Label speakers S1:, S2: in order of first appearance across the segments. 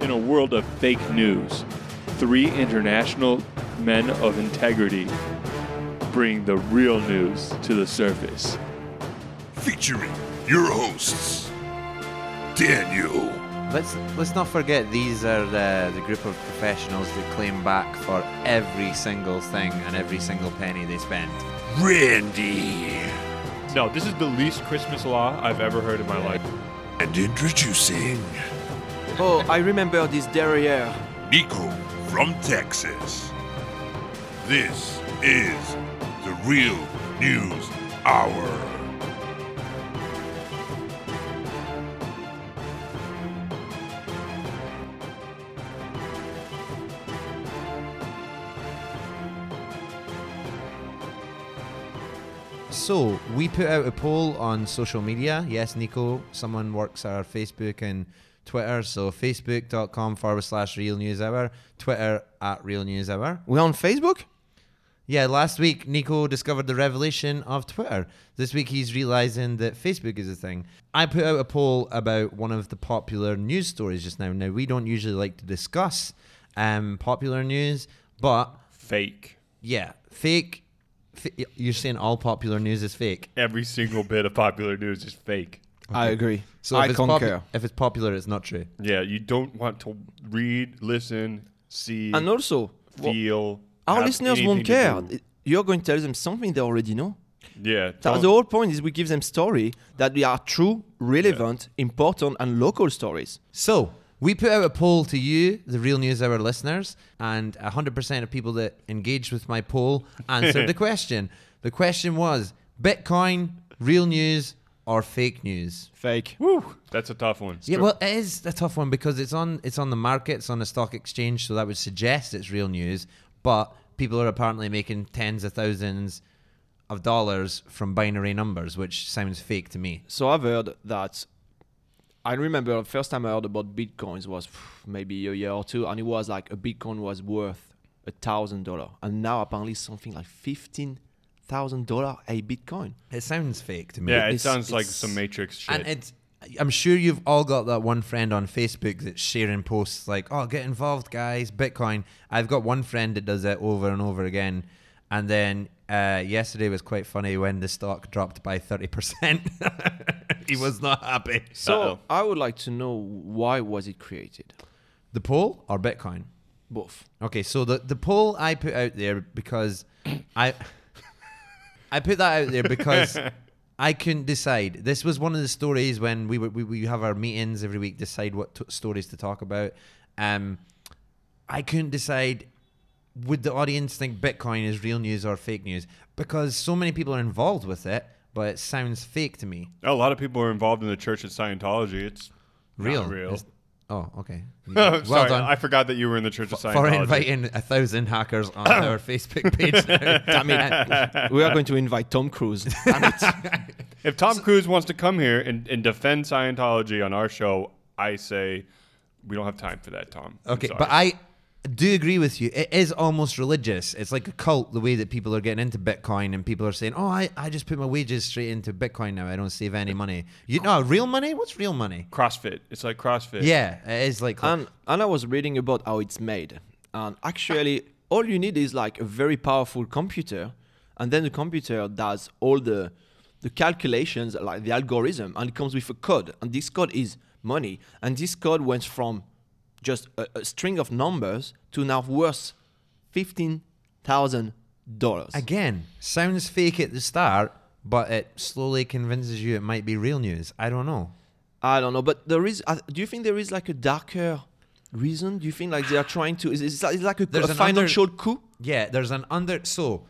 S1: in a world of fake news, three international men of integrity bring the real news to the surface.
S2: Featuring your hosts, Daniel,
S3: Let's let's not forget these are the the group of professionals that claim back for every single thing and every single penny they spend.
S2: Randy,
S4: No, this is the least Christmas law I've ever heard in my life.
S2: and introducing
S5: Oh, I remember this derriere.
S2: Nico from Texas. This is the Real News Hour.
S3: So we put out a poll on social media. Yes, Nico, someone works our Facebook and Twitter. So facebook.com forward slash real news hour, Twitter at real news hour.
S6: We on Facebook?
S3: Yeah, last week Nico discovered the revelation of Twitter. This week he's realizing that Facebook is a thing. I put out a poll about one of the popular news stories just now. Now, we don't usually like to discuss um, popular news, but
S4: Fake.
S3: yeah, fake. F- you're saying all popular news is fake.
S4: Every single bit of popular news is fake.
S5: I agree.
S3: So if,
S6: I
S3: it's popu-
S6: concur.
S3: if it's popular, it's not true.
S4: Yeah, you don't want to read, listen, see,
S5: And also, wha-
S4: feel.
S5: our
S4: have
S5: listeners
S4: anything
S5: won't
S4: to
S5: care.
S4: do.
S5: You're going to tell them something they already know.
S4: Yeah.
S5: That-
S4: don't-
S5: the whole point is we give them story that they are true, relevant, important, and local stories.
S3: So we put out a poll to you, the Real News Hour listeners, and 100% of people that engaged with my poll answered the question. The question was Bitcoin, real news, or fake news?
S6: Fake.
S4: Whew, that's a tough one.
S3: Yeah, well, it is a tough one because it's on it's on the market, it's on the stock exchange, so that would suggest it's real news. But people are apparently making tens of thousands of dollars from binary numbers, which sounds fake to me.
S5: So I've heard that. I remember the first time I heard about bitcoins was phew, maybe a year or two, and it was like a bitcoin was worth a thousand dollar, and now apparently something like fifteen thousand dollar a bitcoin.
S3: It sounds fake to me.
S4: yeah, it
S5: it's-
S4: sounds like
S5: it's-
S4: some Matrix shit.
S3: And it's, I'm sure you've all got that one friend on Facebook that's sharing posts like, oh, get involved, guys, Bitcoin. I've got one friend that does it over and over again. And then uh, yesterday was quite funny when the stock dropped by 30%. he was not happy.
S5: So I would like to know why was it created?
S3: The poll or Bitcoin?
S5: Both.
S3: Okay, so the, the poll I put out there because I I put that out there because I couldn't decide. This was one of the stories when we were, we, we have our meetings every week, decide what t- stories to talk about. Um, I couldn't decide would the audience think Bitcoin is real news or fake news because so many people are involved with it, but it sounds fake to me.
S4: a lot of people are involved in the Church of Scientology. It's not
S3: Real,
S4: real.
S3: It's- oh, okay.
S4: Sorry,
S3: well
S4: I forgot that you were in the Church of Scientology.
S3: for inviting a thousand hackers on our Facebook page. Now. Damn it.
S5: we are going to invite Tom Cruise.
S4: If Tom Cruise wants to come here and, and defend Scientology on our show, I say we don't have time for that, Tom. I'm
S3: Okay,
S4: sorry.
S3: but I do agree with you. It is almost religious. It's like a cult the way that people are getting into Bitcoin and people are saying, "Oh, I, I just put my wages straight into Bitcoin now. I don't save any money." You know, real money? What's real money?
S4: CrossFit. It's like CrossFit.
S3: Yeah, it is like
S5: and and I was reading about how it's made. And actually, all you need is like a very powerful computer, and then the computer does all the the calculations, like the algorithm, and it comes with a code. And this code is money. And this code went from just a, a string of numbers to now worth fifteen thousand dollars.
S3: again sounds fake at the start, but it slowly convinces you it might be real news. I don't know.
S5: I don't know, but there is. Uh, do you think there is like a darker reason? Do you think like they are trying to? Is it's like, it's like a,
S3: There's
S5: a
S3: an under-
S5: financial coup?
S3: Yeah, there's an under. So,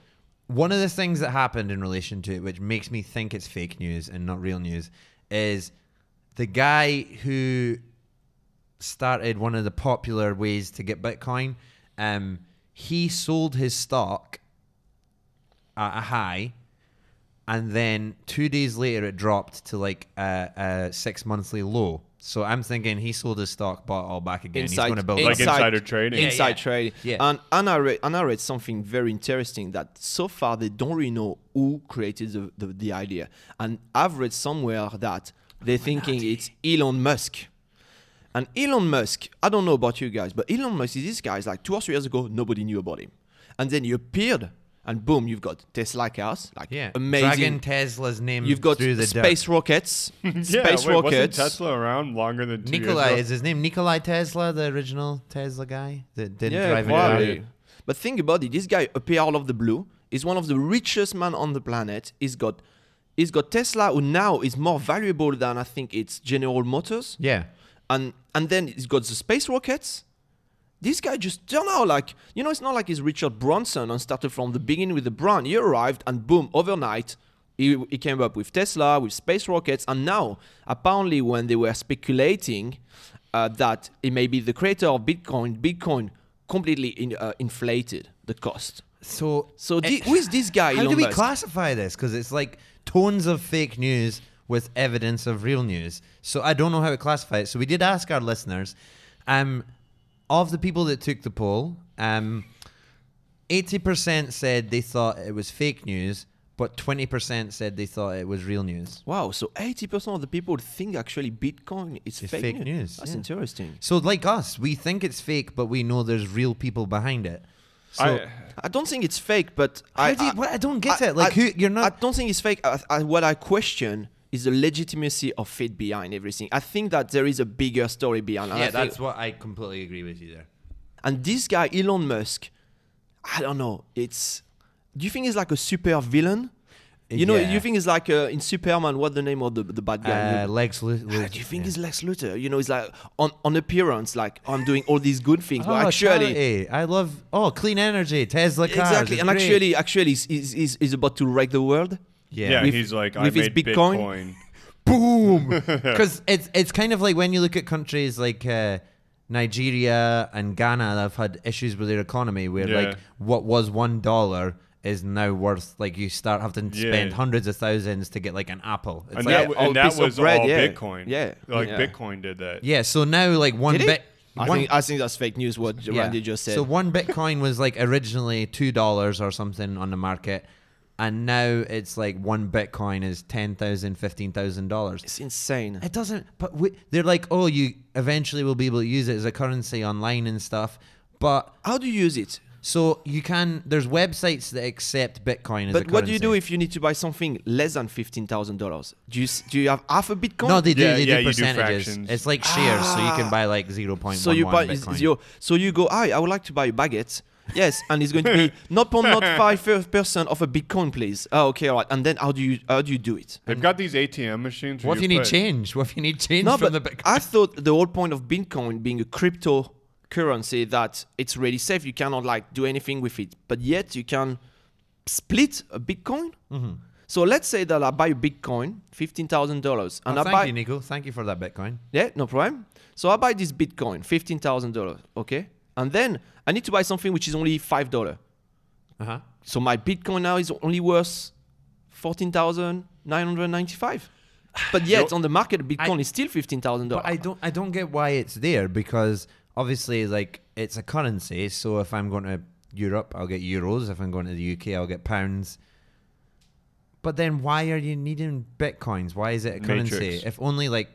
S3: one of the things that happened in relation to it, which makes me think it's fake news and not real news, is the guy who started one of the popular ways to get Bitcoin. Um, he sold his stock at a high, and then two days later it dropped to like a, a six monthly low. So I'm thinking he sold his stock, bought it all back again. He's
S5: Inside-
S3: going to build
S4: Like
S3: up.
S5: inside-
S4: insider trading.
S3: Yeah,
S5: Inside
S3: yeah.
S5: trading.
S3: Yeah.
S5: And, and, I read, and I read something very interesting that so far they don't really know who created the, the, the
S3: Oh
S5: idea. And I've read somewhere that they're thinking it's Elon Musk. And Elon Musk, I don't know about you guys, but Elon Musk is this guy. Is like two or three years ago, nobody knew about him, and then he appeared, and boom, you've got Tesla cars, like
S3: Yeah.
S5: amazing.
S3: Dragging Tesla's name
S5: You've got
S3: through the dirt.
S5: space rockets, space
S4: yeah, wait, wasn't
S5: rockets.
S4: Tesla around longer than two years
S3: Nikolai,
S4: ago?
S3: is his name Nikolai Tesla, the original Tesla guy that didn't
S5: Yeah,
S3: drive an
S5: probably.
S3: Audi?
S5: But think about it. This guy appeared out of the blue. He's one of the richest man on the planet. He's got, he's got Tesla, who now is more valuable than I think it's General Motors.
S3: Yeah.
S5: And and then he's got the space rockets. This guy just turned out like you know. It's not like he's Richard Branson and started from the beginning with the brand. He arrived and boom, overnight. He, he came up with Tesla, with space rockets, and now apparently, when they were speculating uh, that it may be the creator of Bitcoin, Bitcoin completely in, uh, inflated the cost.
S3: So,
S5: So thi-
S3: it-
S5: who is this guy?
S3: How
S5: Elon
S3: do we
S5: Musk?
S3: classify this? Because it's like tons of fake news with evidence of real news. So I don't know how to classify it. So we did ask our listeners, um, of the people that took the poll, um, eighty percent said they thought it was fake news, but twenty percent said they thought it was real news.
S5: Wow! So eighty percent of the people think actually Bitcoin is
S3: It's
S5: fake,
S3: fake news,
S5: That's
S3: yeah.
S5: interesting.
S3: So like us, we think it's fake, but we know there's real people behind it. So
S4: I-
S5: I don't think it's fake, but I
S3: How do you-
S5: I,
S3: what- I don't get it. Like, who- you're not-
S5: I don't think it's fake. I, I, what I question is the legitimacy of faith behind everything. I think that there is a bigger story behind. and I
S3: yeah,
S5: think-
S3: that's what I completely agree with you there.
S5: and this guy Elon Musk, I don't know. It's do you think he's like a super villain? You know,
S3: Yeah.
S5: you think he's like uh, in Superman. What the name of the the bad guy?
S3: Uh, Legs, lo-
S5: Ah, do you think it's Lex Luthor? You know, it's like on, on appearance, like I'm doing all these good things, but actually,
S3: charity. Oh, I love oh clean energy, Tesla cars.
S5: exactly,
S3: it's
S5: and
S3: great.
S5: actually, actually, he's, he's, he's, he's about to wreck the world.
S3: yeah,
S4: Yeah,
S5: with-
S4: he's like, I
S5: with his
S4: made
S5: Bitcoin.
S4: Bitcoin.
S3: boom. Because it's it's kind of like when you look at countries like uh, Nigeria and Ghana that have had issues with their economy, where
S4: Yeah.
S3: like what was one dollar is now worth like you start having to
S4: Yeah.
S3: spend hundreds of thousands to get like an apple. It's
S4: And
S3: like, oh,
S4: that,
S5: Yeah,
S4: w-
S5: all
S4: and that
S5: piece of
S4: was
S5: bread,
S4: all
S5: yeah.
S4: Bitcoin.
S5: Yeah,
S4: Like
S5: yeah.
S4: Bitcoin did that.
S3: yeah, so now like one
S5: Did he?
S3: bit. one-
S5: I think I think that's fake news. What
S3: Yeah.
S5: Randy just said.
S3: So one Bitcoin was like originally two dollars or something on the market, and now it's like one Bitcoin is ten thousand, fifteen thousand dollars.
S5: it's insane.
S3: It doesn't. But we, they're like, oh, you eventually will be able to use it as a currency online and stuff. But
S5: How do you use it?
S3: so you can. There's websites that accept Bitcoin as a currency.
S5: But what do you do if you need to buy something less than fifteen thousand dollars? Do you s- do you have half a Bitcoin?
S3: no, they do.
S4: Yeah,
S3: they
S4: yeah,
S3: do
S4: you do
S3: percentages.
S4: fractions.
S3: it's like shares, so you can
S5: Ah.
S3: buy like zero point
S5: so you buy is-
S3: Bitcoin.
S5: is your, so you go. I I would like to buy a baguette. Yes, and it's going to be not point not five percent of a Bitcoin, please. Oh, okay, all right. And then how do you how do you do it?
S4: They've got these ATM machines. where
S3: what if you need
S4: put-
S3: change? What if you need change
S5: No,
S3: from the
S5: but
S3: Bitcoin?
S5: I thought the whole point of Bitcoin being a crypto currency that it's really safe. You cannot like do anything with it, but yet you can split a Bitcoin.
S3: Mm-hmm.
S5: So let's say that I buy a Bitcoin, fifteen thousand dollars, and
S3: Oh,
S5: I
S3: thank
S5: buy
S3: you, Nico. Thank you for that Bitcoin.
S5: yeah, no problem. So I buy this Bitcoin, fifteen thousand dollars, okay, and then I need to buy something which is only five dollar.
S3: Uh huh.
S5: So my Bitcoin now is only worth fourteen thousand nine hundred ninety-five. But yet on the market, Bitcoin is still fifteen thousand dollars.
S3: But I don't I don't get why it's there because obviously like it's a currency. So if I'm going to Europe, I'll get euros. If I'm going to the UK, I'll get pounds. But then why are you needing bitcoins? Why is it a currency?
S4: Matrix.
S3: If only like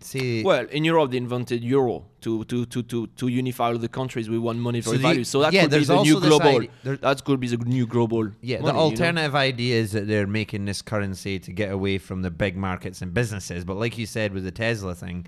S3: say
S5: Well, in Europe, they invented euro to to to to, to unify all the countries with one monetary
S3: So the-
S5: value. So that
S3: yeah,
S5: could be
S3: there's
S5: the new
S3: also this
S5: global.
S3: idea- there-
S5: that could be the new global.
S3: yeah, the
S5: money, you know?
S3: alternative idea is that they're making this currency to get away from the big markets and businesses. But like you said with the Tesla thing,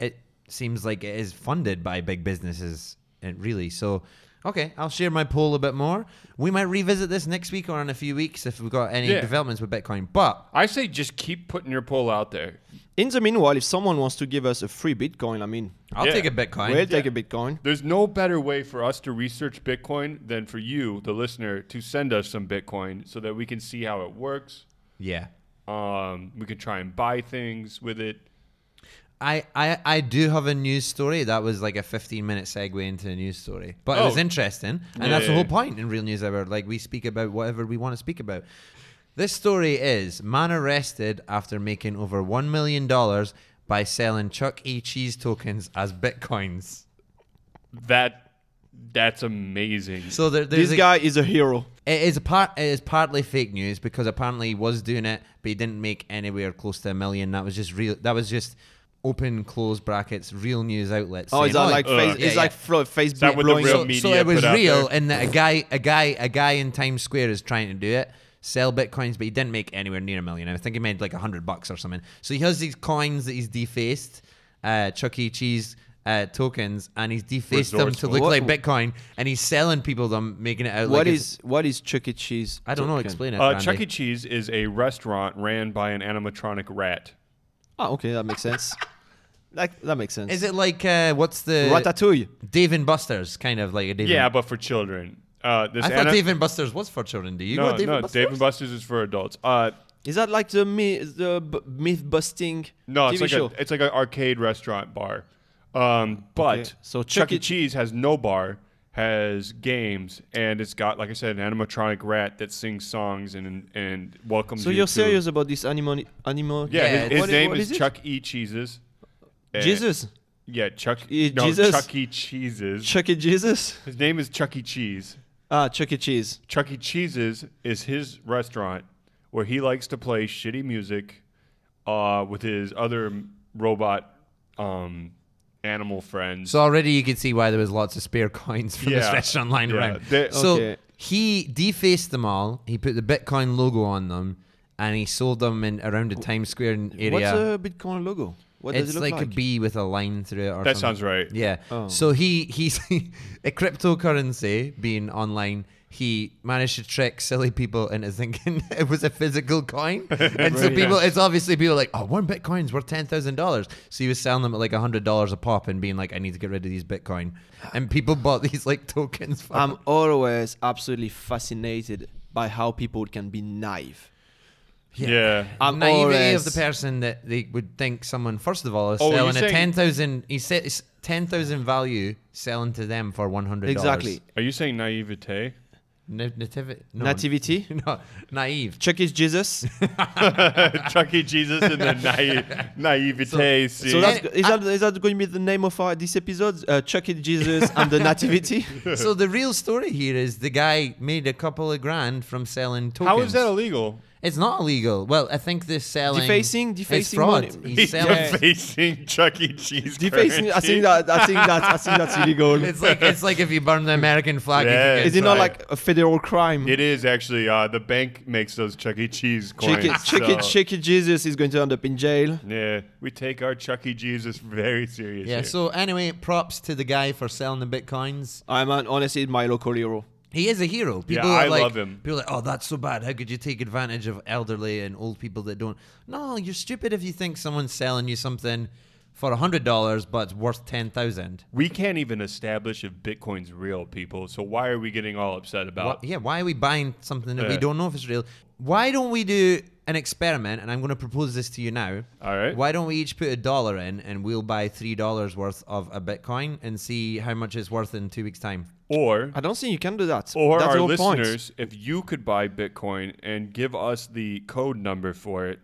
S3: it seems like it is funded by big businesses, and really. So, okay, I'll share my poll a bit more. We might revisit this next week or in a few weeks if we've got any
S4: Yeah.
S3: developments with Bitcoin. But
S4: I say just keep putting your poll out there.
S5: In the meanwhile, if someone wants to give us a free Bitcoin, I mean,
S3: I'll
S4: Yeah.
S3: take a Bitcoin.
S5: we'll take a Bitcoin.
S4: There's no better way for us to research Bitcoin than for you, the listener, to send us some Bitcoin so that we can see how it works.
S3: yeah.
S4: Um, we can try and buy things with it.
S3: I, I, I do have a news story that was like a 15 minute segue into a news story, but it was
S4: Oh.
S3: interesting, and
S4: Yeah,
S3: that's the
S4: yeah,
S3: whole
S4: yeah.
S3: point in Real News Hour. Like we speak about whatever we want to speak about. This story is man arrested after making over one million dollars by selling Chuck E. Cheese tokens as bitcoins.
S4: That that's amazing.
S3: So there, there's
S5: This
S3: a,
S5: guy is a hero.
S3: It is a part. It is partly fake news because apparently he was doing it, but he didn't make anywhere close to a million. That was just real. That was just open close brackets real news outlets.
S5: Oh, is
S3: saying,
S5: that like
S3: "Oh,
S5: face,
S3: yeah,
S5: it's
S3: yeah."
S5: like fro- Facebook
S4: Uh, that what the
S5: blowing
S4: real
S5: up?
S4: meat-
S3: so
S4: media
S3: it was
S4: put out
S3: real
S4: there.
S3: in that a guy a guy a guy in Times Square is trying to do it sell bitcoins but he didn't make anywhere near a million I think he made like a hundred bucks or something so he has these coins that he's defaced uh, Chuck E. Cheese uh, tokens and he's defaced them to
S4: Resourceful.
S3: look
S5: What-
S3: like bitcoin and he's selling people them making it out
S5: What
S3: like it's-
S5: is what is Chuck E. Cheese?
S3: I don't know
S5: token?
S3: explain it
S4: Uh,
S3: Randy.
S4: Chuck E. Cheese is a restaurant ran by an animatronic rat.
S3: Mm-hmm.
S5: Oh, okay, that makes sense. Like that makes sense.
S3: is it like uh, what's the
S5: Ratatouille?
S3: Dave and Buster's kind of like a Dave
S4: Yeah,
S3: and,
S4: but for children. Uh, this
S3: I thought
S4: ana-
S3: Dave and Buster's was for children do you
S4: no,
S3: go Dave
S4: no,
S3: and Buster's
S4: Dave and Buster's is for adults. Uh,
S5: Is that like the myth, the b- myth busting
S4: no,
S5: TV
S4: it's like
S5: show?
S4: a, it's like an arcade restaurant bar. Um, but
S5: Okay, so
S4: Chuck,
S5: Chuck
S4: E.
S5: E.
S4: Cheese has no bar, has games, and it's got like I said, an animatronic rat that sings songs and and welcomes.
S5: so
S4: you
S5: you're
S4: to-
S5: serious about this animal? Animal?
S4: Yeah,
S3: Yeah,
S4: his,
S3: it's-
S4: his
S5: What i-
S4: name
S5: what
S4: is,
S5: it?
S4: Chuck E. Cheeses. Uh,
S5: Jesus.
S4: Yeah, Chuck.
S5: E.
S4: No,
S5: Jesus?
S4: Chuck E. Cheeses.
S5: Chuck E. Jesus.
S4: his name is Chuck E. Cheese.
S5: Ah, Chuck E. Cheese.
S4: Chuck E. Cheese's is his restaurant where he likes to play shitty music uh, with his other m- robot um, animal friends.
S3: So already you could see why there was lots of spare coins from this
S4: Yeah.
S3: restaurant lying
S4: Yeah.
S3: around.
S4: They-
S3: so
S5: Okay.
S3: he defaced them all. He put the Bitcoin logo on them, and he sold them in around the Times Square area.
S5: What's a Bitcoin logo? What does
S3: it's
S5: it look
S3: like,
S5: like?
S3: a bee with a line through it. Or
S4: that
S3: something.
S4: sounds right.
S3: Yeah.
S5: Oh.
S3: So he he's a cryptocurrency being online. He managed to trick silly people into thinking it was a physical coin, and so
S5: Right.
S3: people. It's obviously people like, oh, one bitcoin's worth ten thousand dollars. So he was selling them at like hundred dollars a pop and being like, I need to get rid of these bitcoin, and people bought these like tokens. For
S5: I'm always absolutely fascinated by how people can be naive.
S4: Yeah.
S5: I'm
S3: naivety
S5: always,
S3: of the person that they would think someone first of all is
S4: Oh, are you
S3: selling a
S4: saying-
S3: ten thousand. He says ten thousand value selling to them for one hundred
S5: Exactly.
S4: Are you saying naivete?
S3: Na- nativity. No,
S5: Nativity.
S3: No, naive.
S5: Chuck E. Jesus.
S4: Chuck E. Jesus and the naive, naivete scene.
S5: So that's,
S3: Yeah.
S5: is, that, is that going to be the name of our, this episode? Uh, Chuck E. Jesus and the Nativity?
S3: so the real story here is the guy made a couple of grand from selling tokens.
S4: How is that illegal?
S3: it's not illegal. Well, I think this selling
S5: Defacing-
S3: is
S5: defacing
S3: fraud.
S5: money.
S3: He's selling.
S4: defacing Chuck E. Cheese.
S5: Defacing, I think that I think that I think that's illegal.
S3: It's like it's like if you burn the American flag. you
S4: Yeah.
S3: can
S5: Is
S3: get-
S5: it not
S4: right.
S5: like a federal crime?
S4: It is actually. Uh, the bank makes those Chuck E. Cheese coins.
S5: Chicken, chicken,
S4: so-
S5: chicken Jesus is going to end up in jail.
S4: Yeah, we take our Chuck E. Jesus very seriously.
S3: yeah. So anyway, props to the guy for selling the bitcoins.
S5: I'm an, honestly my local hero.
S3: He is a hero. People
S4: I
S3: are like,
S4: love him.
S3: People are like, oh, that's so bad. How could you take advantage of elderly and old people that don't? No, you're stupid if you think someone's selling you something for hundred dollars, but it's worth ten thousand.
S4: We can't even establish if Bitcoin's real, people. So why are we getting all upset
S3: Wha-
S4: about?
S3: yeah, why are we buying something that we
S4: Oh. Yeah.
S3: don't know if it's real? Why don't we do an experiment? And I'm going to propose this to you now.
S4: All right.
S3: Why don't we each put a dollar in and we'll buy $3 worth of a Bitcoin and see how much it's worth in two weeks' time?
S4: Or
S5: I don't think you can do that.
S4: or
S5: That's
S4: our
S5: the whole
S4: listeners, if you could buy Bitcoin and give us the code number for it,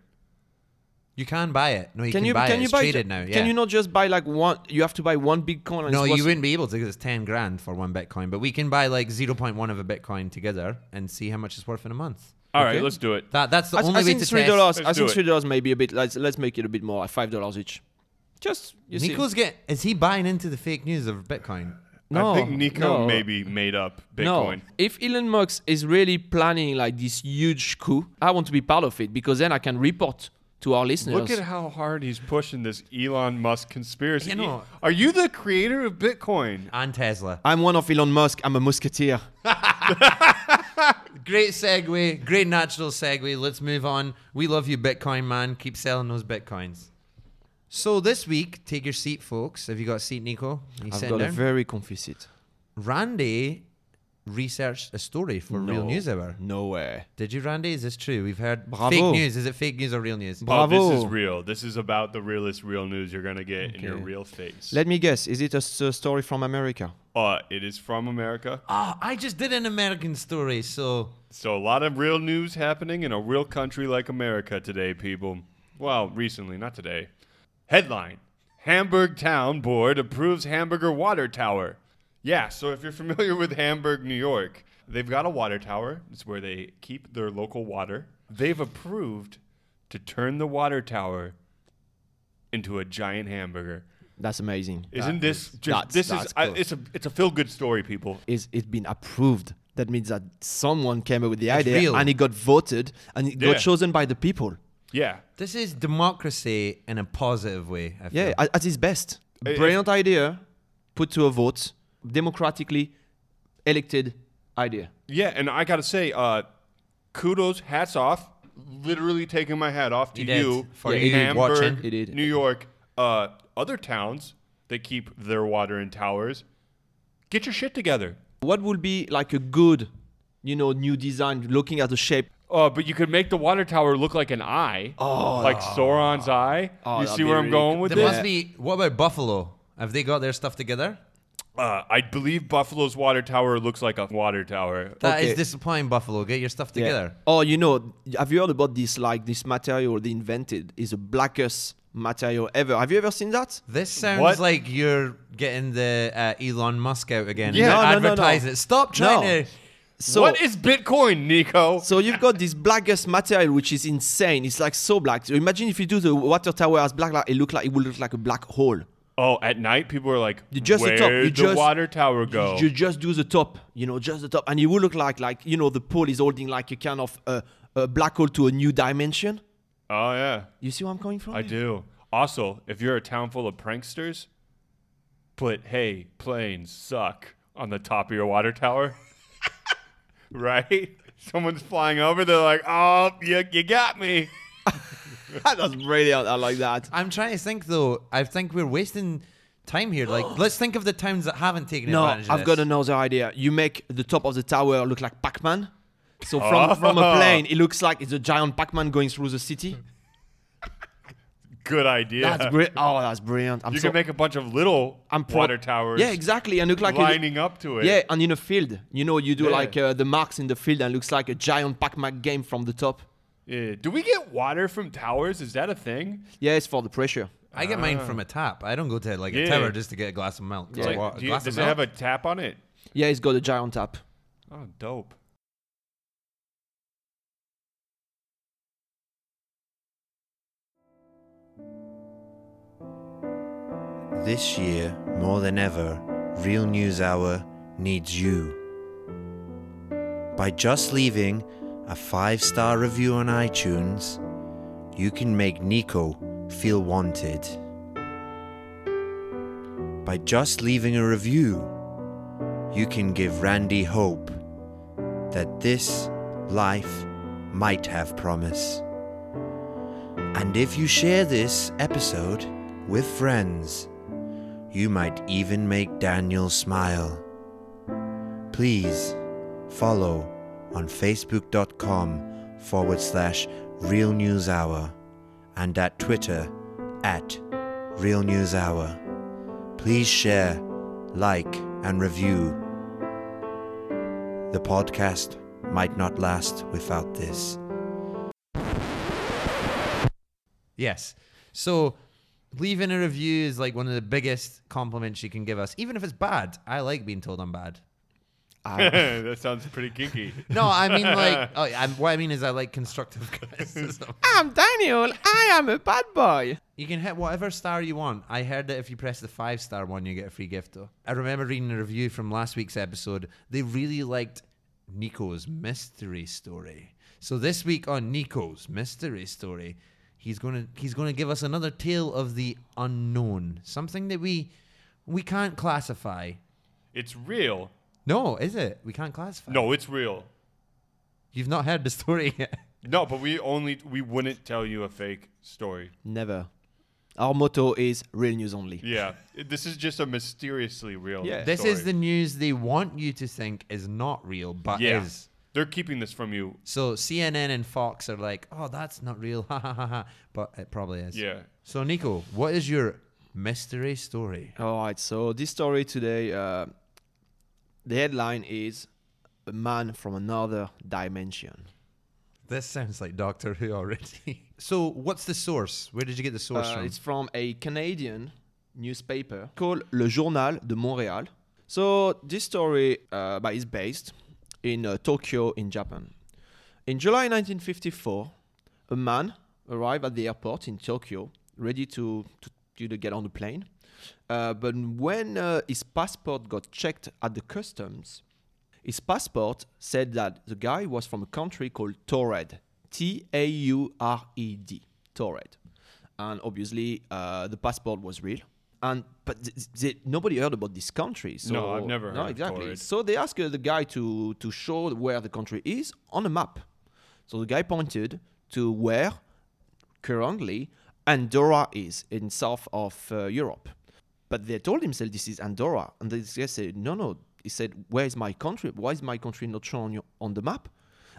S3: You can buy it. No, you can,
S5: Can you
S3: buy
S5: can
S3: it.
S5: you
S3: It's
S5: buy
S3: traded now. Yeah.
S5: Can you not just buy like one? You have to buy one Bitcoin. And
S3: no,
S5: it's
S3: you
S5: worth-
S3: wouldn't be able to because it's 10 grand for one Bitcoin. But we can buy like 0.1 of a Bitcoin together and see how much it's worth in a month.
S4: All
S5: Okay.
S4: right, let's do it.
S3: That, that's the
S5: I, th-
S3: only
S5: I
S3: way
S5: think
S3: to
S5: three
S3: test.
S5: dollars. I
S4: Let's
S5: think
S4: do it.
S5: three dollars maybe a bit. Let's let's make it a bit more, like five dollars each. Just you
S3: Nico's
S5: see.
S3: get is he buying into the fake news of Bitcoin?
S5: No,
S4: I think Nico
S5: no.
S4: maybe made up
S5: No,
S4: Bitcoin.
S5: if Elon Musk is really planning like this huge coup, I want to be part of it because then I can report to our listeners.
S4: Look at how hard he's pushing this Elon Musk conspiracy.
S3: You know-
S4: Are you the creator of Bitcoin?
S3: And Tesla.
S5: I'm one of Elon Musk. I'm a musketeer.
S3: Great segue, great natural segue. Let's move on. We love you, Bitcoin man. Keep selling those bitcoins. So this week, take your seat, folks. Have you got a seat, Nico? Are You
S5: I've
S3: sitting
S5: got a
S3: down?
S5: very confused.
S3: Randy researched a story for Real News Hour.
S5: No way.
S3: Did you, Randy? Is this true? We've heard
S5: Bravo.
S3: fake news. Is it fake news or real news?
S4: Oh,
S5: Bravo.
S4: this is real. This is about the realest real news you're gonna get in your
S5: Okay.
S4: real face.
S5: Let me guess. Is it a s- a story from America?
S4: uh, it is from America.
S3: Ah, I just did an American story, so
S4: So a lot of real news happening in a real country like America today, people. Well, recently, not today. Headline: Hamburg Town Board approves hamburger water tower. Yeah, so if you're familiar with Hamburg, New York, they've got a water tower. It's where they keep their local water. They've approved to turn the water tower into a giant hamburger.
S5: That's amazing.
S4: Isn't this just
S5: that's-
S4: this
S5: that's
S4: is I,
S5: cool.
S4: it's a it's a feel good story, people.
S5: Is it been approved? That means that someone came up with the idea
S3: real.
S5: and it got voted and it
S4: Yeah.
S5: got chosen by the people.
S4: Yeah,
S3: This is democracy in a positive way. I feel.
S5: Yeah, at, at its best.
S4: Eh, eh.
S5: Brilliant idea, put to a vote, democratically elected idea.
S4: yeah, and I gotta say, uh, kudos, hats off. Literally taking my hat off to
S3: You did.
S4: you
S3: For
S4: in
S3: you
S4: Hamburg,
S3: watching.
S5: You did.
S4: New York, uh, other towns that keep their water in towers. Get your shit together.
S5: What would be like a good, you know, new design looking at the shape?
S4: Uh, but you could make the water tower look like an eye, oh, like Sauron's eye.
S5: Oh,
S4: you
S5: that'd
S4: see
S5: be
S4: where I'm
S5: really
S4: going
S5: cool.
S4: with
S3: There
S4: this?
S3: must be. What about Buffalo? Have they got their stuff together?
S4: Uh, I believe Buffalo's water tower looks like a water tower.
S3: That is
S5: Okay.
S3: disappointing, Buffalo. Get your stuff together.
S5: Oh, you know, have you heard about this like this material they invented is the blackest material ever. Have you ever seen that?
S3: This sounds
S4: What?
S3: like you're getting the uh, Elon Musk out again.
S4: Yeah.
S3: to
S5: No, no, no, no.
S3: advertise it. Stop trying
S5: No.
S3: to.
S5: So
S4: what is Bitcoin, Nico?
S5: so you've got this blackest material which is insane. It's like so black. So imagine if you do the water tower as black, like, it look like it would look like a black hole.
S4: oh, at night people are like,
S5: You just
S4: where
S5: the top. You
S4: the
S5: just-
S4: water tower go?
S5: You just do the top, you know, just the top, and you will look like like you know the pole is holding like a kind of uh, a black hole to a new dimension.
S4: oh yeah,
S5: You see where I'm coming from?
S4: I do. Also, if you're a town full of pranksters, put "Hey, planes suck" on the top of your water tower. right? Someone's flying over. They're like, "Oh, you, you got me."
S5: That's brilliant. I like that.
S3: I'm trying to think though. I think we're wasting time here. Like, let's think of the towns that haven't taken
S5: No,
S3: advantage of
S5: I've
S3: this.
S5: got another idea. You make the top of the tower look like Pac-Man. So
S4: Oh.
S5: from, from a plane, it looks like it's a giant Pac-Man going through the city.
S4: Good idea.
S5: That's brilliant. Oh, that's brilliant. I'm
S4: you
S5: so,
S4: can make a bunch of little
S5: I'm pro-
S4: water towers.
S5: Yeah, exactly. And look like a,
S4: lining up to it.
S5: yeah, and in a field, you know, you do
S4: Yeah.
S5: like uh, the marks in the field, and looks like a giant Pac-Man game from the top.
S4: Yeah. Do we get water from towers? Is that a thing?
S5: Yeah, it's for the pressure.
S3: I get mine from a tap. I don't go to like
S4: Yeah.
S3: a tower just to get a glass of milk.
S5: Uh. Yeah.
S3: Or
S4: Like,
S3: wa-
S4: do you-
S3: glass
S4: does
S3: of
S4: it
S3: milk.
S4: have a tap on it?
S5: Yeah, it's got a giant tap.
S4: Oh, dope.
S6: This year, more than ever, Real News Hour needs you. By just leaving a five star review on iTunes, you can make Nico feel wanted. By just leaving a review, you can give Randy hope that this life might have promise. And if you share this episode with friends, you might even make Daniel smile. Please follow on facebook.com forward slash real news hour and at Twitter at real news hour. Please share, like, and review. The podcast might not last without this.
S3: Yes. So leaving a review is like one of the biggest compliments you can give us, even if it's bad. I like being told I'm bad.
S4: that sounds pretty kinky.
S3: No, I mean like, oh, i what I mean is I like constructive criticism.
S5: I'm Daniel. I am a bad boy.
S3: You can hit whatever star you want. I heard that if you press the five star one, you get a free gift though. I remember reading a review from last week's episode. They really liked Nico's mystery story. So this week on Nico's mystery story, he's gonna he's gonna give us another tale of the unknown, something that we we can't classify.
S4: It's real.
S3: No, is it? We can't classify.
S4: No, it's real.
S3: you've not heard the story yet.
S4: No, but we only we wouldn't tell you a fake story.
S5: Never. Our motto is real news only.
S4: Yeah, this is just a mysteriously real.
S5: Yeah.
S3: This
S4: story.
S3: is the news they want you to think is not real, but
S4: yeah.
S3: is.
S4: They're keeping this from you.
S3: So CNN and Fox are like, oh, that's not real, ha ha ha ha, but it probably is.
S4: Yeah.
S3: So Nico, what is your mystery story?
S5: All right. So this story today, uh, the headline is a man from another dimension.
S3: This sounds like Doctor Who already. so what's the source? Where did you get the source
S5: Uh,
S3: from?
S5: it's from a Canadian newspaper called Le Journal de Montréal. So this story uh, but is based in uh, Tokyo in Japan. In July 1954, a man arrived at the airport in Tokyo ready to, to, to either get on the plane. Uh, but when uh, his passport got checked at the customs, his passport said that the guy was from a country called Torred, T A U R E D, Torred. And obviously, uh, the passport was real. And but th- th- nobody heard about this country. So
S4: No, I've never
S5: No,
S4: heard of
S5: exactly.
S4: Torred.
S5: So they asked uh, the guy to to show where the country is on a map. So the guy pointed to where currently Andorra is in south of uh, Europe. But they told him, said, this is Andorra. And this guy said, no, no. He said, where is my country? Why is my country not shown on, your, on the map?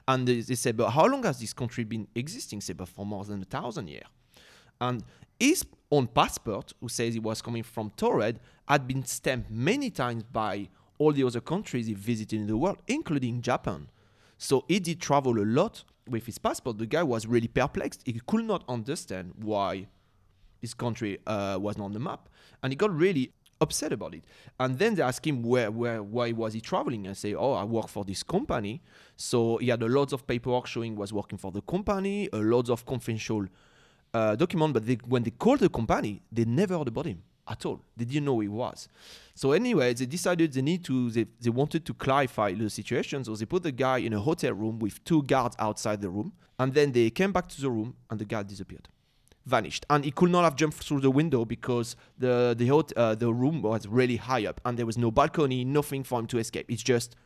S5: And they, they said, but how long has this country been existing? He said, but for more than a thousand years. And his own passport, who says he was coming from Torred, had been stamped many times by all the other countries he visited in the world, including Japan. So he did travel a lot with his passport. The guy was really perplexed. He could not understand why his country uh, was not on the map, and he got really upset about it. And then they asked him where, where, why was he traveling? And say, oh, I work for this company. So he had a lot of paperwork showing he was working for the company, a lot of confidential uh, document. But they, when they called the company, they never heard about him at all. They didn't know who he was. So anyway, they decided they need to they, they wanted to clarify the situation. So they put the guy in a hotel room with two guards outside the room, and then they came back to the room, and the guy disappeared vanished and he could not have jumped through the window because the the hot, uh, the room was really high up and there was no balcony nothing for him to escape it's just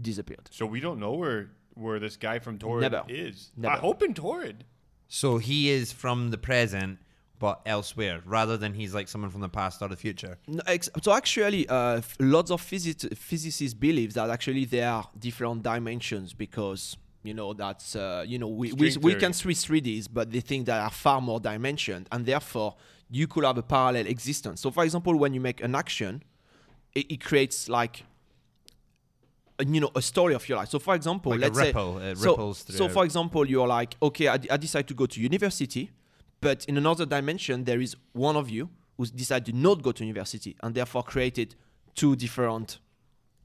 S5: disappeared
S4: So we don't know where where this guy from Torrid
S5: Never.
S4: is. I
S5: Never.
S4: hope in Torrid.
S3: So he is from the present, but elsewhere, rather than he's like someone from the past or the future.
S5: No, ex- so actually uh, f- lots of physi- physicists believe that actually there are different dimensions because you know that's uh, you know we, we,
S4: String
S5: we
S4: theory.
S5: can three 3ds but they think there are far more dimensions and therefore you could have a parallel existence so for example when you make an action it, it creates like uh, you know a story of your life so for example
S3: Like a
S5: let's
S3: ripple,
S5: say
S3: it
S5: so,
S3: ripples
S5: so
S3: throughout.
S5: for example you're like okay I, d- I decide to go to university but in another dimension there is one of you who decided to not go to university and therefore created two different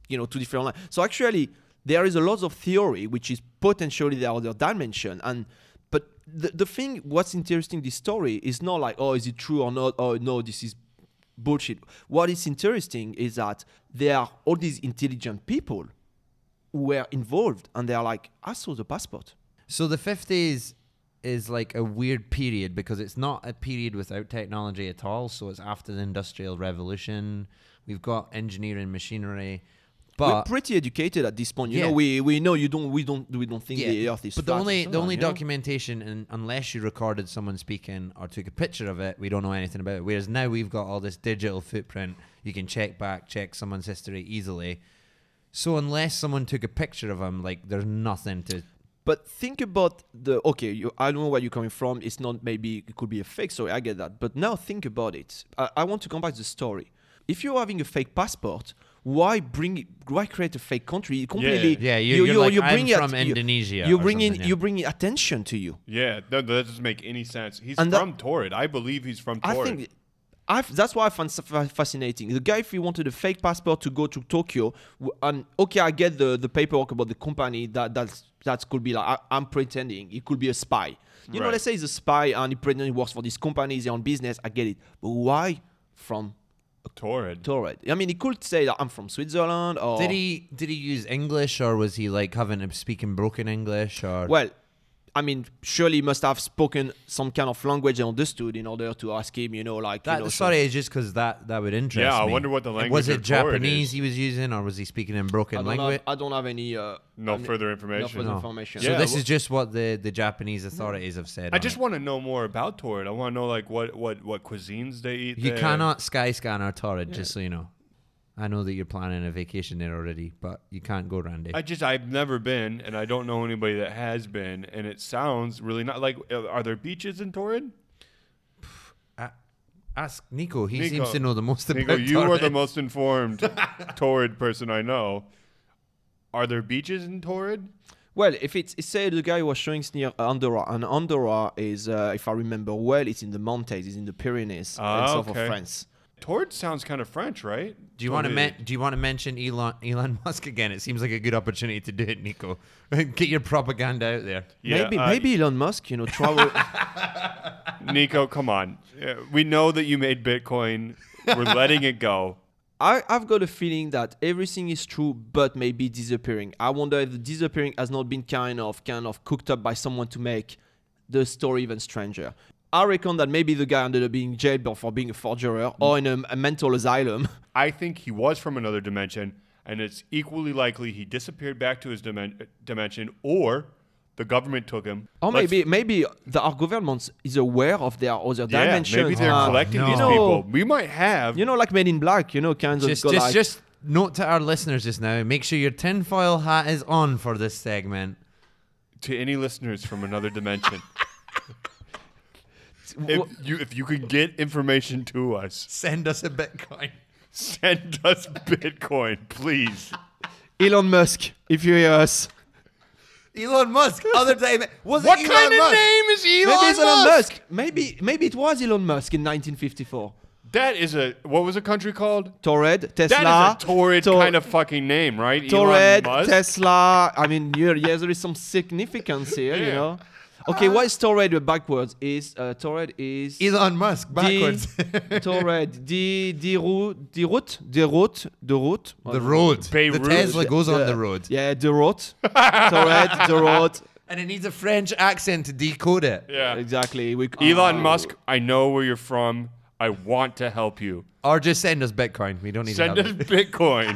S5: you know two different lines so actually there is a lot of theory which is potentially the other dimension and but the, the thing what's interesting this story is not like oh is it true or not oh no this is bullshit what is interesting is that there are all these intelligent people who were involved and they are like i saw the passport
S3: So the 50s is like a weird period because it's not a period without technology at all. So it's after the Industrial Revolution. We've got engineering, machinery.
S5: we're
S3: But
S5: pretty educated at this point you
S3: Yeah.
S5: know we we know you don't we don't we don't think the earth is
S3: But the
S5: flat and
S3: only
S5: so
S3: the
S5: on,
S3: only
S5: you know?
S3: documentation, and unless you recorded someone speaking or took a picture of it, we don't know anything about it. Whereas now we've got all this digital footprint. You can check back, check someone's history easily. So unless someone took a picture of them, like there's nothing to.
S5: But think about the okay. You, I don't know where you're coming from. It's not maybe it could be a fake story. I get that. But now think about it. I, I want to come back to the story. If you're having a fake passport, why bring? Why create a fake country? You Completely.
S3: Yeah, you- you're like, "I'm from Indonesia
S5: You
S3: or
S5: bring in.
S3: something, yeah.
S5: You bring attention to you.
S4: Yeah, that, that doesn't make any sense. He's
S5: And that-
S4: from Torrid. I believe he's from
S5: I
S4: Torrid.
S5: think I f- that's why I find so fa- fascinating. The guy, if he wanted a fake passport to go to Tokyo, w- and okay, I get the, the paperwork about the company that that's that could be like I, I'm pretending he could be a spy. You know,
S4: Right.
S5: let's say he's a spy and he pretends he works for this company, he's on business. I get it, but why from
S4: Torrid.
S5: Torred? I mean, he could say that I'm from Switzerland or
S3: Did he did he use English or was he like having to speak in broken English or?
S5: Well, I mean, surely he must have spoken some kind of language they understood in order to ask him. You know, like
S3: That,
S5: you know, so-
S3: sorry, it's just because that, that would interest
S4: Yeah, I
S3: me.
S4: wonder what the language
S3: was.
S4: of
S3: It
S4: Torrid
S3: Japanese
S4: is.
S3: he was using, or was he speaking in broken
S5: I don't,
S3: language?
S5: have, I don't have any. Uh,
S4: No
S5: I mean-
S4: further
S5: No
S4: information.
S5: further
S3: No.
S5: information.
S3: So
S4: Yeah,
S3: this
S4: well-
S3: is just what the, the Japanese
S5: Mm-hmm.
S3: authorities have said.
S4: I
S3: on
S4: just
S3: it.
S4: want to know more about Torrid. I want to know like what what what cuisines they eat.
S3: You
S4: there.
S3: cannot sky scan our Torrid, just so you know. I know that you're planning a vacation there already, but you can't go, Randy.
S4: I just I've never been, and I don't know anybody that has been, and it sounds really not like. uh, Are there beaches in Torrid?
S3: Ask Nico. He
S4: Nico-
S3: seems to know the most about
S4: Nico, you are the
S3: Torrid.
S4: most informed Torrid person I know. Are there beaches in Torrid?
S5: Well, if it's, it said the guy who was showing it's near Andorra, and Andorra is, uh, if I remember well, it's in the mountains, it's in the Pyrenees,
S4: Ah,
S5: and south
S4: okay.
S5: of France.
S4: Tord sounds kind of French, right?
S3: Do you want to
S4: Tord-
S3: men- do you want to mention Elon Elon Musk again? It seems like a good opportunity to do it, Nico. Get your propaganda out there.
S4: Yeah,
S5: maybe
S4: uh,
S5: maybe Elon Musk, you know, travel.
S4: Nico, come on. Yeah, We know that you made Bitcoin. We're letting it go.
S5: I, I've got a feeling that everything is true, but maybe disappearing. I wonder if the disappearing has not been kind of kind of cooked up by someone to make the story even stranger. I reckon that maybe the guy ended up being jailed for being a
S4: Mm.
S5: forger or in a, a mental asylum.
S4: I think he was from another dimension, and it's equally likely he disappeared back to his dimen- dimension, or the government took him.
S5: Or
S4: Let's-
S5: maybe maybe the, our government is aware of their other
S4: yeah,
S5: dimensions. Ah,
S4: maybe they're
S5: and,
S4: collecting
S3: no.
S4: these
S5: You know-
S4: people. We might have.
S5: You know, like Men in Black, you know, kinds
S3: Just
S5: of go
S3: just
S5: like,
S3: just note to our listeners just now: make sure your tinfoil hat is on for this segment.
S4: to any listeners from another dimension, if
S5: w-
S4: you if you could get information to us,
S3: Send us a Bitcoin.
S4: send us Bitcoin, please.
S5: Elon Musk, if you hear us.
S3: Elon Musk. Other time, was
S4: What
S3: it Elon
S4: kind of
S3: Musk?
S4: name is Elon,
S5: Maybe it's
S4: Musk?
S5: Elon Musk. Maybe maybe it was Elon Musk in 1954.
S4: That is a what was the country called?
S5: Torred, Tesla.
S4: That is a torrid
S5: Tor-
S4: kind of fucking name, right?
S5: Torred,
S4: Elon Musk?
S5: Tesla. I mean, you're, yes, there is some significance here, you
S4: Yeah.
S5: know. Okay, what is Torred backwards? Is uh, Torred is
S3: Elon Musk backwards.
S5: D, Torred D D route D route D route D route.
S3: the road.
S4: Beirut.
S3: The Tesla goes on the road,
S5: Yeah, the route. Torred, the route.
S3: and it needs a French accent to decode it.
S4: Yeah.
S5: Exactly. We c-
S4: Elon Musk, I know where you're from. I want to help you.
S3: Or just send us Bitcoin. We don't need
S4: Send
S3: another-
S4: us Bitcoin,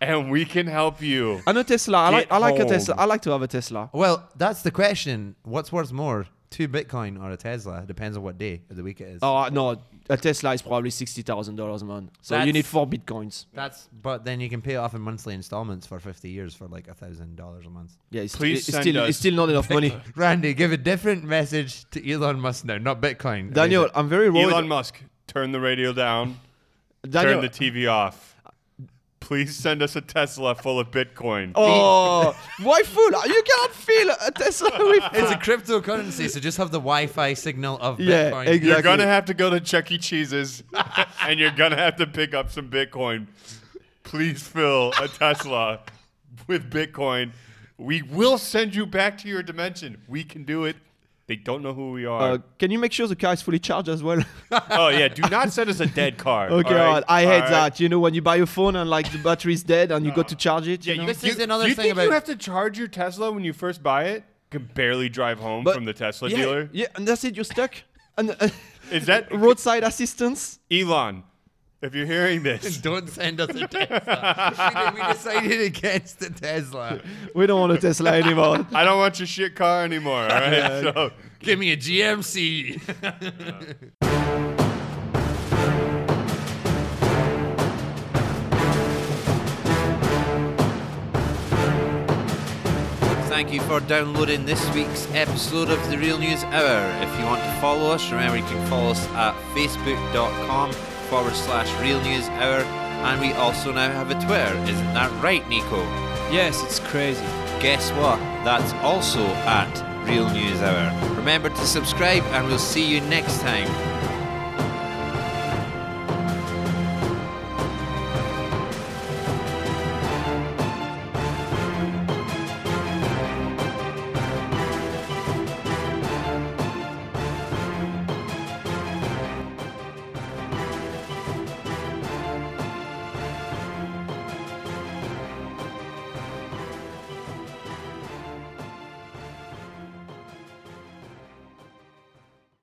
S4: and we can help you.
S5: I know Tesla. I
S4: Get
S5: like. I like a
S4: home.
S5: Tesla. I like to have a Tesla.
S3: Well, that's the question. What's worth more, two Bitcoin or a Tesla? Depends on what day of the week it is.
S5: Oh uh, no, a Tesla is probably sixty thousand dollars a month. So you
S3: That's-
S5: need four bitcoins.
S3: That's but then you can pay it off in monthly installments for fifty years for like a thousand dollars a month.
S5: Yeah, it's,
S4: Please
S5: it's
S4: send
S5: still
S4: us
S5: it's still not enough money.
S3: Randy, give a different message to Elon Musk now, not Bitcoin.
S5: Daniel, I'm very worried.
S4: Elon Musk, turn the radio down.
S5: Daniel,
S4: Turn the TV off. Please send us a Tesla full of Bitcoin.
S5: Oh, why fool? You cannot feel a Tesla with.
S3: it's a cryptocurrency, so just have the Wi-Fi signal of
S5: Yeah,
S3: Bitcoin.
S5: ex-
S4: You're
S5: exactly.
S4: gonna have to go to Chuck E. Cheese's, and you're gonna have to pick up some Bitcoin. Please fill a Tesla with Bitcoin. We will send you back to your dimension. We can do it. They don't know who we are.
S5: Uh, can you make sure the car is fully charged as well? okay,
S4: oh yeah, do not send us a dead car.
S5: all right.
S4: all
S5: Oh, I uh,
S4: All
S5: hate
S4: right?
S5: that. You know, when you buy a phone and like the battery is dead and you got to charge it.
S4: Yeah,
S5: you
S4: you,
S5: know?
S3: This
S4: you-
S3: is another
S4: you
S3: thing
S4: think you
S3: about-
S4: have to charge your Tesla when you first buy it? You can barely drive home
S5: But-
S4: from the Tesla
S5: yeah,
S4: dealer.
S5: Yeah, and that's it. You're stuck. And uh,
S4: Is that
S5: roadside assistance.
S4: Elon? If you're hearing this,
S3: Don't send us a Tesla. we, we decided against the Tesla.
S5: We don't want a Tesla anymore.
S4: I don't want your shit car anymore. All right, so
S3: Give me a GMC. Thank you for downloading this week's episode of the Real News Hour. If you want to follow us, remember you can follow us at facebook.com forward slash Real News Hour. And we also now have a Twitter. Isn't that right, Nico?
S5: yes, it's crazy.
S3: Guess what? That's also at Real News Hour. Remember to subscribe, and we'll see you next time.